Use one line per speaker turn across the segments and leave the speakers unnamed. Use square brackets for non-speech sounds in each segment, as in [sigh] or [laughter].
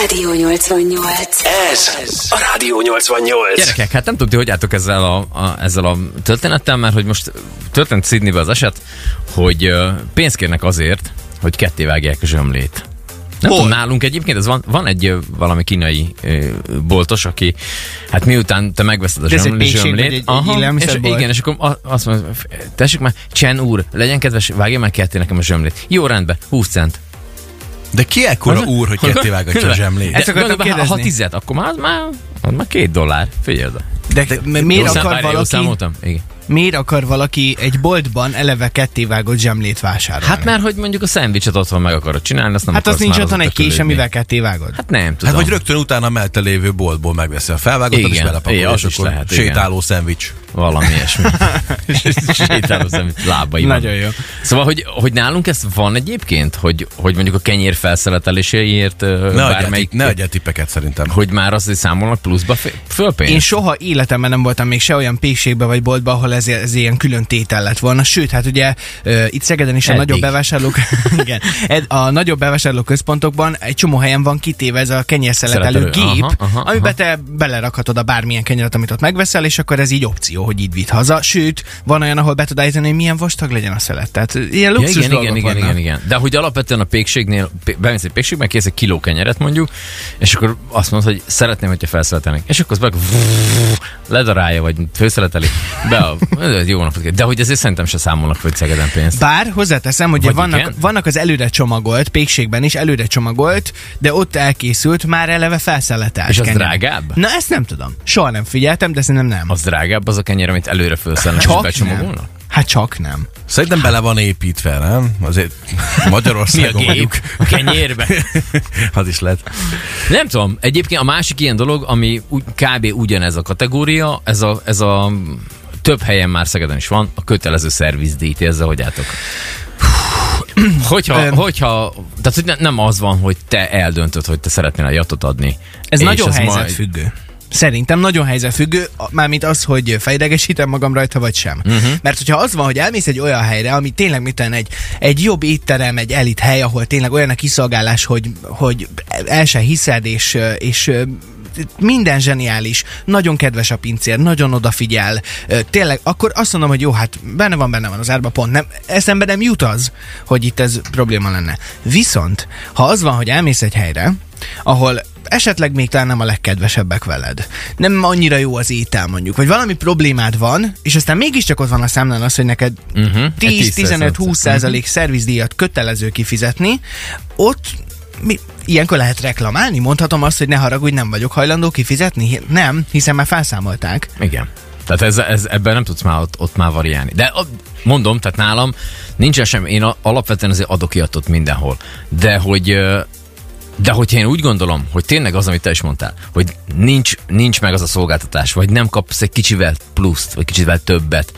Rádió 88.
Ez a Rádió 88.
Gyerekek, hát nem tudom, ti hogy álltok ezzel a, a, ezzel a történettel, mert hogy most történt Sydneybe az eset, hogy ö, pénzt kérnek azért, hogy ketté vágják a zsömlét. Nem tudom, nálunk egyébként, ez van, van egy ö, valami kínai ö, boltos, aki, hát miután te megveszed a
ez egy
zsömlét,
pékség, vagy egy-
zsömlét
egy
és,
élelmiszerbolt?
igen, és akkor a- azt mondja, f- tessék már, Chen úr, legyen kedves, vágja már ketté nekem a zsömlét. Jó, rendben, 20 cent.
De ki ekkora úr, hogy kettévágatja a zsemlét?
Ezt
Ezt
ha,
akartam
ha
kérdezni.
tizet, akkor már, már, már két dollár. Figyelj oda.
De, de
Jó szám-
miért, akar
várjál, jól
valaki,
számoltam? Igen.
miért akar valaki egy boltban eleve kettévágott zsemlét vásárolni?
Hát mert hogy mondjuk a szendvicset otthon meg akarod csinálni, azt nem
hát az
akarsz
nincs
már
otthon egy
azóta
kés,
törődni.
amivel kettévágod. Hát,
Hát nem tudom.
Hát vagy rögtön utána a melte lévő boltból megveszi a felvágottat, és
Igen, igen,
belepakolja,
az
és
is
akkor
lehet, igen.
sétáló szendvics.
Valami
[laughs]
ilyesmi. [laughs] Sétáló szemét lábaiban.
Nagyon jó.
Szóval, hogy, hogy nálunk ez van egyébként, hogy, hogy mondjuk a kenyér felszeleteléséért ö,
Ne adjál ti-
bármelyik,
ne adjál tippeket szerintem.
hogy már azt, hogy számolnak pluszba fé-
én
fölpénzt.
soha életemben nem voltam még se olyan pékségbe vagy boltba, ahol ez, ez ilyen külön tétel lett volna. Sőt, hát ugye ö, itt Szegeden is a
Eddig.
nagyobb bevásárlók, [laughs] igen, ed, a nagyobb bevásárló központokban egy csomó helyen van kitéve ez a kenyérszeletelő gép,
Szeletelő, aha,
aha,
aha,
aha,
aha.
amiben te belerakhatod a bármilyen kenyeret, amit ott megveszel, és akkor ez így opció, hogy így vidd haza. Sőt, van olyan, ahol be tud állítani, hogy milyen vastag legyen a szelet. Tehát ilyen
Ja,
luxus
igen,
dolgok
igen, igen, igen,
vannak.
igen. De hogy alapvetően a pékségnél, pé- bemész egy pékségbe, kész egy kiló kenyeret mondjuk, és akkor azt mondod, hogy szeretném, hogyha felszeletelnék. És akkor az meg [laughs] ledarálja, vagy főszeleteli. Be a, [laughs] jó napot kívánok. De hogy ezért szerintem se számolnak, hogy Szegeden pénzt.
Bár hozzáteszem, hogy
Vagy
vannak,
igen?
vannak az előre csomagolt, pékségben is előre csomagolt, de ott elkészült, már eleve felszeletelt.
És az
kenyér.
drágább?
Na ezt nem tudom. Soha nem figyeltem, de szerintem nem.
Az drágább az a kenyér, amit előre felszelnek, és
csak nem.
becsomagolnak?
Hát csak nem.
Szerintem bele van építve, nem? Azért
[laughs] Mi a
Magyarországon
gép?
vagyunk. [laughs]
A kenyérbe.
[laughs]
Az is lehet.
Nem tudom, egyébként a másik ilyen dolog, ami úgy, kb. ugyanez a kategória, ez a, ez a több helyen már Szegeden is van, a kötelező szervizdíj, Ti ezzel hogy álltok? Hogyha,
Öm.
hogyha, tehát hogy ne, nem az van, hogy te eldöntöd, hogy te szeretnél a jatot adni.
Ez
És
nagyon
az
helyzetfüggő. Szerintem nagyon helyzetfüggő, a- mármint az, hogy fejlegesítem magam rajta, vagy sem. Uh-huh. Mert hogyha az van, hogy elmész egy olyan helyre, ami tényleg miten egy, egy jobb étterem, egy elit hely, ahol tényleg olyan a kiszolgálás, hogy, hogy el se hiszed, és, és minden zseniális, nagyon kedves a pincér, nagyon odafigyel, ö, tényleg, akkor azt mondom, hogy jó, hát benne van, benne van az árba, pont nem, eszembe nem jut az, hogy itt ez probléma lenne. Viszont, ha az van, hogy elmész egy helyre, ahol esetleg még talán nem a legkedvesebbek veled. Nem annyira jó az étel mondjuk, vagy valami problémád van, és aztán mégiscsak ott van a számlán az, hogy neked
Mhm,
uh-huh.
egy
10-15-20
Mhm.
százalék szervizdíjat kötelező kifizetni, ott mi, ilyenkor lehet reklamálni? Mondhatom azt, hogy ne haragudj, nem vagyok hajlandó kifizetni? Hi- Nem, hiszen már felszámolták.
Igen. Tehát ez, ez, ebben nem tudsz már ott, ott már variálni. De a, mondom, tehát nálam nincsen sem, én a, alapvetően azért adok iatot mindenhol. De hogy ö, de hogyha én úgy gondolom, hogy tényleg az, amit te is mondtál, hogy nincs, nincs meg az a szolgáltatás, vagy nem kapsz egy kicsivel pluszt, vagy kicsivel többet,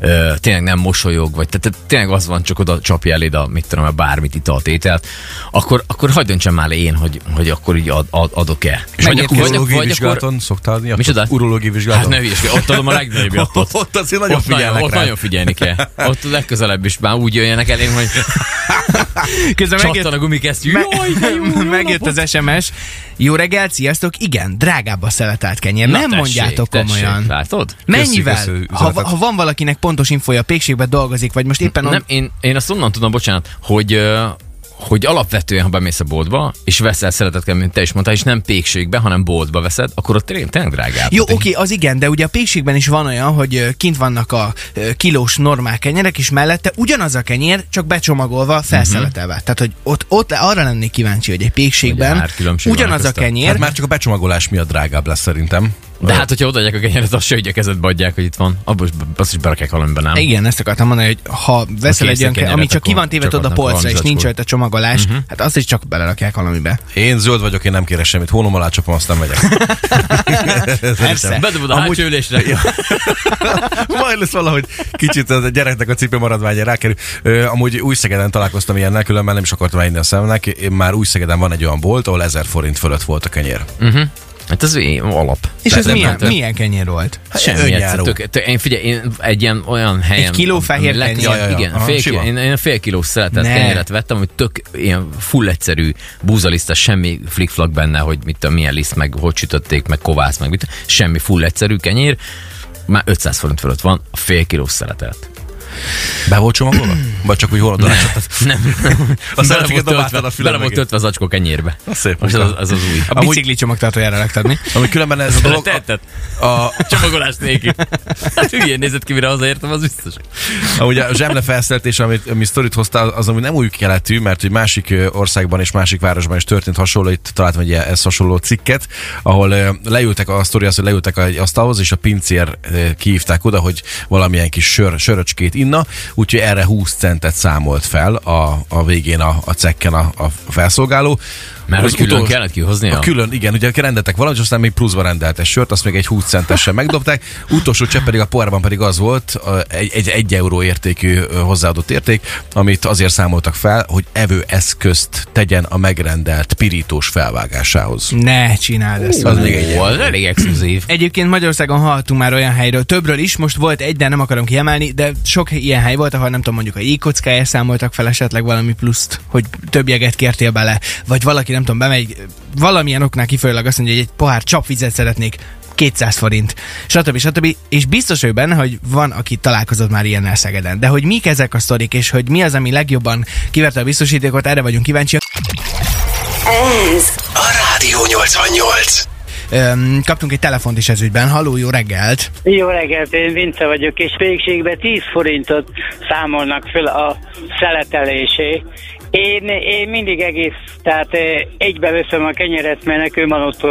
ö, tényleg nem mosolyog, vagy tehát te, tényleg az van, csak oda csapja eléd a, mit tudom, a bármit itt a tételt, akkor, akkor hagyd döntsem már én, hogy, hogy akkor így ad, ad, adok-e.
És
Vagy
vagy
akkor- vagy-
urológiai
vagy akkor-
vizsgálaton szoktál adni?
Micsoda?
Urológiai
Hát
vizsgálaton?
ne hülyeskedj, ott adom a legnagyobb
[laughs]
jattot.
Ott azért nagyon
ott nagyon,
figyelnek
ott
rá.
nagyon figyelni kell. Ott legközelebb is már úgy jöjjenek elém,
[laughs]
hogy
Közben
csattan a gumikesztyű. Jaj, de
[laughs]
[laughs]
jó, jó
megjött
napot!
az SMS. Jó reggelt, sziasztok! Igen, drágább a szeletelt kenyér.
Na
nem
tessék,
mondjátok
tessék,
komolyan. Szóval-
Látod?
Mennyivel?
Köszi, köszi
ha,
üzenetet.
ha van valakinek pontos infója, pékségben dolgozik, vagy most éppen
Nem,
nem.
én, én azt onnan tudom, bocsánat, hogy ö, hogy alapvetően, ha bemész a boltba, és veszel szeretet kell, mint te is mondtál, és nem pékségbe, hanem boltba veszed, akkor ott tényleg, tényleg drágább.
Jó, oké, az igen, de ugye a pékségben is van olyan, hogy ö, kint vannak a ö, kilós normál kenyerek, és mellette ugyanaz a kenyér, csak becsomagolva, felszeletelve. Tehát, hogy ott, ott arra lennék kíváncsi, hogy egy
Hogy
pékségben
árkülönbség van
ugyanaz a
köztem.
kenyér,
Hát már csak a becsomagolás miatt drágább lesz szerintem.
De hát, hogyha odaadják a kenyeret, azt se hogy a kezedbe adják, hogy itt van. Abba is, azt is berakják valamiben, nem?
Igen, ezt akartam mondani, hogy ha veszel
Ha
egy olyan,
kész a
ke- ami
kenyeret,
csak ki
akkor
van téve
csak
oda a
adnak
polcra, és
valamit
nincs
zacskót.
rajta csomagolás, hát azt is csak belerakják valamibe.
Én zöld vagyok, én nem kérek semmit. Hónommal átcsapom, aztán megyek. [laughs]
Persze.
Bedobod a hátsó ülésre.
[laughs] Majd lesz valahogy kicsit a gyereknek a cipő maradványa rákerül. Ö, amúgy új Szegeden találkoztam ilyennel, különben nem is akartam enni a szemnek. Én már új Szegeden van egy olyan bolt, ahol 1000 forint fölött volt a kenyér. Uh-huh.
Hát ez i- alap. Tehát
És
Hát,
ez
nem-
milyen,
nem-
milyen kenyér volt?
Semmi egyszer.
önjáró.
Tök, tök, én figyelj, én egy ilyen olyan helyen...
kiló fehér
ami legtöbb-
kenyér?
Igen,
Aha,
fél,
sima.
kiló- én, én fél kiló szeretett
Ne.
kenyeret vettem, hogy tök ilyen full egyszerű búzaliszta, semmi flikflak benne, hogy mit tudom, milyen liszt, meg hogy sütötték, meg kovász, meg mit, semmi full egyszerű kenyér. Már 500 forint fölött van, a fél kiló szeretett.
Be volt csomagolva? Vagy csak úgy hol a
[laughs] Nem.
A szereteket dobáltad
töltve,
a
bele volt
fülembe.
töltve az acskó kenyérbe.
Na, szép
Most
munka.
az, az, az új.
A
Amúgy-
bicikli csomagtartójára raktad, mi?
Ami különben ez a
A
dolog...
tehetet.
A,
Csomagolás nélkül. Hát hülyén nézett ki, mire hazaértem, az biztos.
Amúgy a zsemle felszereltés, amit, ami sztorit hoztál, az amúgy nem új keletű, mert hogy másik ö, országban és másik városban is történt hasonló, itt találtam egy ilyen- ezt hasonló cikket, ahol ö, leültek a sztori az, hogy leültek egy asztalhoz, és a pincér ö, kihívták oda, hogy valamilyen kis sör, söröcskét inna, úgyhogy erre 20 centet számolt fel a, a végén a, a cekken a, a felszolgáló.
Mert
Az
hogy külön
utolsó-
kellett kihoznia?
A külön, igen, ugye rendetek valamit, és aztán még pluszba rendelt egy sört, azt még egy 20 centesen megdobták. Utolsó csepp pedig a pohárban pedig az volt, a- egy, egy, egy euró értékű ö, hozzáadott érték, amit azért számoltak fel, hogy evőeszközt tegyen a megrendelt pirítós felvágásához.
Ne csináld ezt.
Az még egy
Ó, az elég exkluzív.
Egyébként Magyarországon hallottunk már olyan helyről, többről is, most volt egy, de nem akarom kiemelni, de sok ilyen hely volt, ahol nem tudom, mondjuk a jégkockája számoltak fel esetleg valami pluszt, hogy több jeget kértél bele, vagy valaki nem tudom, bemegy, valamilyen oknál kifolyólag azt mondja, hogy egy pohár csapvizet szeretnék, 200 forint, stb. stb. És biztos ő benne, hogy van, aki találkozott már ilyennel Szegeden. De hogy mik ezek a sztorik, és hogy mi az, ami legjobban kiverte a biztosítékot, erre vagyunk kíváncsiak.
Ez
A Rádió 88.
Öm, kaptunk egy telefont is ez ügyben. Haló, jó reggelt!
Jó reggelt, én Vince vagyok, és végségben 10 forintot számolnak föl a szeletelésé. Én, én mindig egész, tehát eh, egybe veszem a kenyeret, mert nekem van ott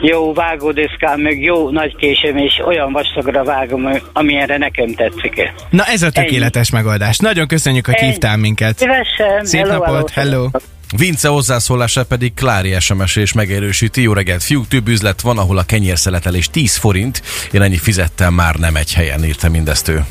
jó vágódeszkám, meg jó nagy késem, és olyan vastagra vágom, amilyenre nekem tetszik.
Na ez a tökéletes megoldás. Nagyon köszönjük, hogy
Ennyi.
hívtál minket.
Szívesen,
Szép
hello,
napot, hello.
Vince hozzászólása pedig Klári SMS és megérősíti. Jó reggelt, fiúk, több üzlet van, ahol a kenyérszeletelés 10 forint. Én ennyi fizettem már nem egy helyen, írta mindezt ő.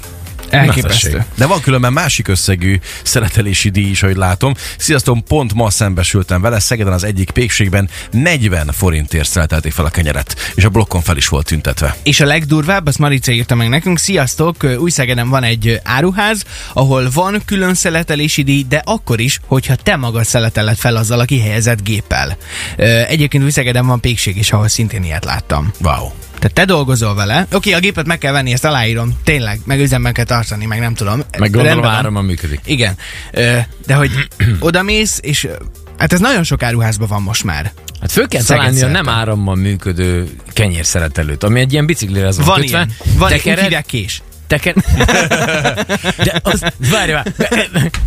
Elképesztő.
De van különben másik összegű szeretelési díj is, ahogy látom. Sziasztok, pont ma szembesültem vele, Szegeden az egyik pékségben 40 forintért szeretelték fel a kenyeret, és a blokkon fel is volt tüntetve.
És a legdurvább, azt Marica írta meg nekünk, sziasztok, Újszegeden van egy áruház, ahol van külön szeletelési díj, de akkor is, hogyha te magad szeleteled fel azzal a kihelyezett géppel. Ö, Egyébként Újszegeden van pékség is, ahol szintén ilyet láttam.
Wow.
Tehát te dolgozol vele, oké, a gépet meg kell venni, ezt aláírom, tényleg, meg üzemben kell tartani, meg nem tudom.
Meg gondolom,
Rendben van.
áramban működik.
Igen, Ö, de hogy odamész, és ö, hát ez nagyon sok áruházban van most már.
Hát föl kell
Szeged
találni a
szerte.
nem árammal működő kenyérszeretelőt, ami egy ilyen biciklire az van,
Van
kötve.
ilyen. Van ilyen. Úgy
tekered,
hívják kés.
teker... [laughs] De az, várj már,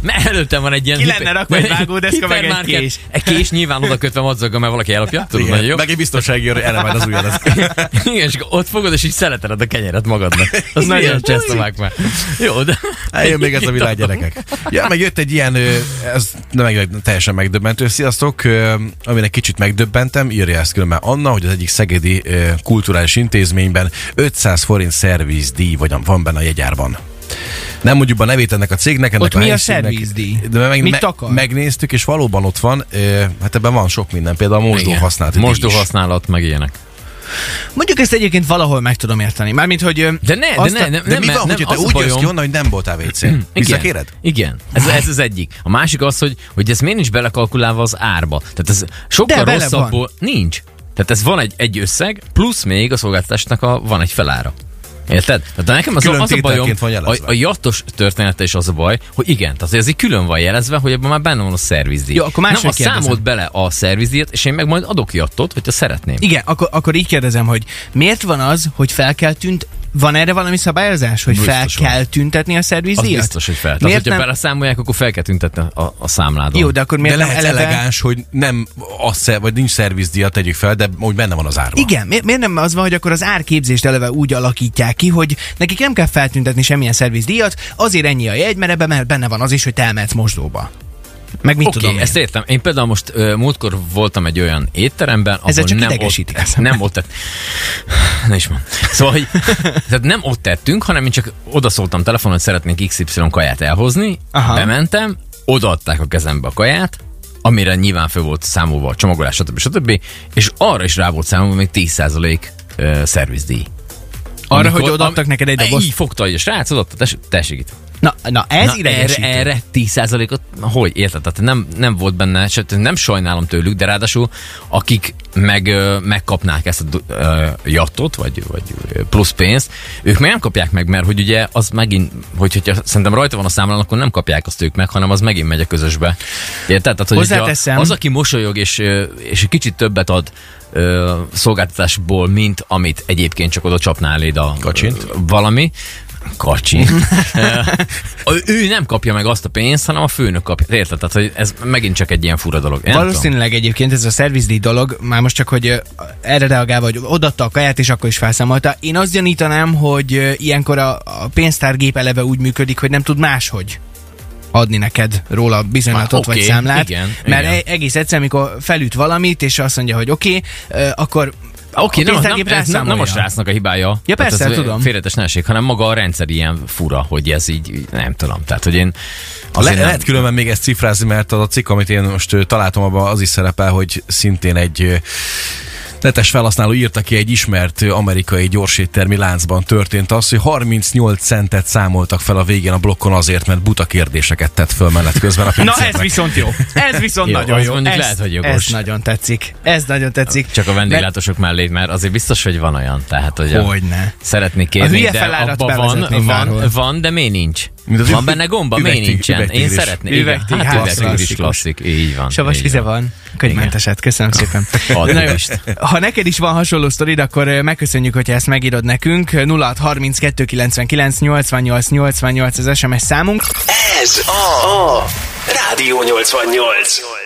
mert előttem van egy ilyen...
Ki lenne
[laughs]
rakva egy vágódeszka, meg egy
hipermarket.
kés.
Egy kés nyilván oda kötve madzagga, mert valaki ellopja, tudod,
Igen.
nagyon jó.
Meg egy biztonsági elemen az ugyanaz.
[laughs] Igen, és ott fogod, és így szereteled a kenyeret magadnak. Az nagyon csesztovák már. Jó, de...
Eljön még ez a világ gyerekek. Ja, meg jött egy ilyen, ö, ez nem meg, teljesen megdöbbentő. Sziasztok, ö, aminek kicsit megdöbbentem, írja ezt különben Anna, hogy az egyik szegedi ö, kulturális intézményben 500 forint szervizdíj vagy van benne a jegyárban. Nem mondjuk a nevét ennek a cégnek, ennek
Ott mi a
helyszínnek.
szervizdíj?
De meg,
Mit
me-
takar?
megnéztük, és valóban ott van, ö, hát ebben van sok minden, például a mosdó használt. díj
Mosdó
is.
használat, meg ilyenek.
Mondjuk ezt egyébként valahol meg tudom érteni. Mármint, hogy... ö,
De ne, de
azt
ne,
a-
nem,
De mi
nem,
van,
nem,
hogy te
az a
úgy jössz
bajom-
ki onnan, hogy nem voltál WC-n? Visszakéred?
Igen, ez, ez az egyik. A másik az, hogy, hogy ez miért nincs belekalkulálva az árba. Tehát ez sokkal
De bele
rosszabbból nincs. Tehát ez van egy, egy összeg, plusz még a szolgáltatásnak a, van egy felára. Érted? Tehát nekem az,
Külön
a- az a bajom,
tételként van
a,
jelezve.
a jattos története is az a baj, hogy igen, tehát ez így külön van jelezve, hogy ebben már benne van a szervizdíj.
Jó, akkor
Nem,
máshogy
azt
kérdezem.
számolt bele a szervizdíjat, és én meg majd adok jattot, hogyha szeretném.
Igen, akkor, akkor így kérdezem, hogy miért van az, hogy fel kell tűnt... Van erre valami szabályozás, hogy
Biztos
fel
van.
kell tüntetni a
Az
szervizdíjat?
biztos, hogy fel. Tehát,
Miért
hogyha
nem...
beleszámolják, akkor fel kell tüntetni a, a számládon.
Jó, de akkor
De
miért nem
lehet
eleve...
elegáns, hogy nem az, szer- vagy nincs szervizdíja, tegyük fel, de úgy benne van az árban.
Igen, mi- miért nem az van, hogy akkor az árképzést eleve úgy alakítják ki, hogy nekik nem kell feltüntetni semmilyen szervizdíjat, azért ennyi a jegy, mert ebben mert benne van az is, hogy te elmehetsz mosdóba. Meg mit
Oké,
tudom én.
ezt értem. Én például most ö, múltkor voltam egy olyan étteremben, ahol
Ezzel csak
nem
idegesítik
ott,
eszembe.
nem ott tett. Ne is mond. Szóval,
[laughs]
hogy, tehát nem ott tettünk, hanem én csak odaszóltam telefonon, hogy szeretnék XY kaját elhozni,
Aha.
bementem, odaadták a kezembe a kaját, amire nyilván fel volt számolva a csomagolás, stb. stb. És arra is rá volt számolva még 10% ö, szervizdíj. E,
Arra, hogy odaadtak neked egy dobozt?
Így fogta, hogy a srác odaadta, tess- tessék itt.
Na, na ez na,
Na, erre,
idegesítő.
erre 10%-ot, na, hogy érted? Tehát nem, nem volt benne, sőt, nem sajnálom tőlük, de ráadásul akik meg, ö, megkapnák ezt a du- ö, jattot, vagy, vagy ö, plusz pénzt, ők meg nem kapják meg, mert hogy ugye az megint, hogy, hogyha szerintem rajta van a számlán, akkor nem kapják azt ők meg, hanem az megint megy a közösbe. Érted? Tehát, hogy
Hozzáteszem.
hogyha az, aki mosolyog és, ö, és egy kicsit többet ad ö, szolgáltatásból, mint amit egyébként csak oda csapnál éd a
Kacsint.
ö, valami, kacsint. Ö, ő nem kapja meg azt a pénzt, hanem a főnök kapja. Érted? Tehát, hogy ez megint csak egy ilyen fura dolog. Én nem tudom.
Valószínűleg egyébként ez a szervizdíj dolog, már most csak, hogy ö, erre reagálva, hogy odatta a kaját, és akkor is felszámolta. Én azt gyanítanám, hogy ö, ilyenkor a, a pénztárgép eleve úgy működik, hogy nem tud máshogy adni neked róla bizonylatot
Már
okay, vagy
oké,
számlát.
igen,
mert
igen.
e- egész egyszerűen, amikor felüt valamit, és azt mondja, hogy oké, okay, akkor
Oké,
a
nem, nem,
pénztárgép
ez nem, nem a
rászámolja.
srácnak a hibája.
Ja, persze,
ez
tudom.
Félretes nehesség, hanem maga a rendszer ilyen fura, hogy ez így, így nem tudom. Tehát, hogy én
Le,
azért nem,
lehet különben még ezt cifrázni, mert az a cikk, amit én most ö, találtam, abban az is szerepel, hogy szintén egy ö, netes felhasználó írta ki egy ismert ö, amerikai gyorséttermi láncban történt az, hogy 38 centet számoltak fel a végén a blokkon azért, mert buta kérdéseket tett föl menet közben a
Na
pincérnek.
ez viszont jó. Ez viszont
Jó,
nagyon
az
jó.
mondjuk
ez,
lehet, hogy jogos.
ez nagyon tetszik. Ez nagyon tetszik.
Csak a vendéglátósok mellé, mert azért biztos, hogy van olyan. Tehát, hogy a-
Hogyne.
Szeretnék
A
kérni,
hülye
de
felárat
abban van,
bevezetném bárhol.
van, van, de miért nincs?
Mint az
van
üveg-
benne gomba, miért
üvegtigris-
nincsen? Én
üvegtigris.
szeretném.
Üvegtigris,
Üvegtigris, hát,
hát
üvegtigris
klasszikus.
klasszik. Így van.
Savas
így
vize
van.
van. Könyvmenteset. Köszönöm szépen.
Add
Na jó,
Isten.
ha neked is van hasonló sztorid, akkor ö, megköszönjük, hogyha ezt megírod nekünk. 0632 99 88 88 az SMS számunk.
Ez a, a Rádió 88.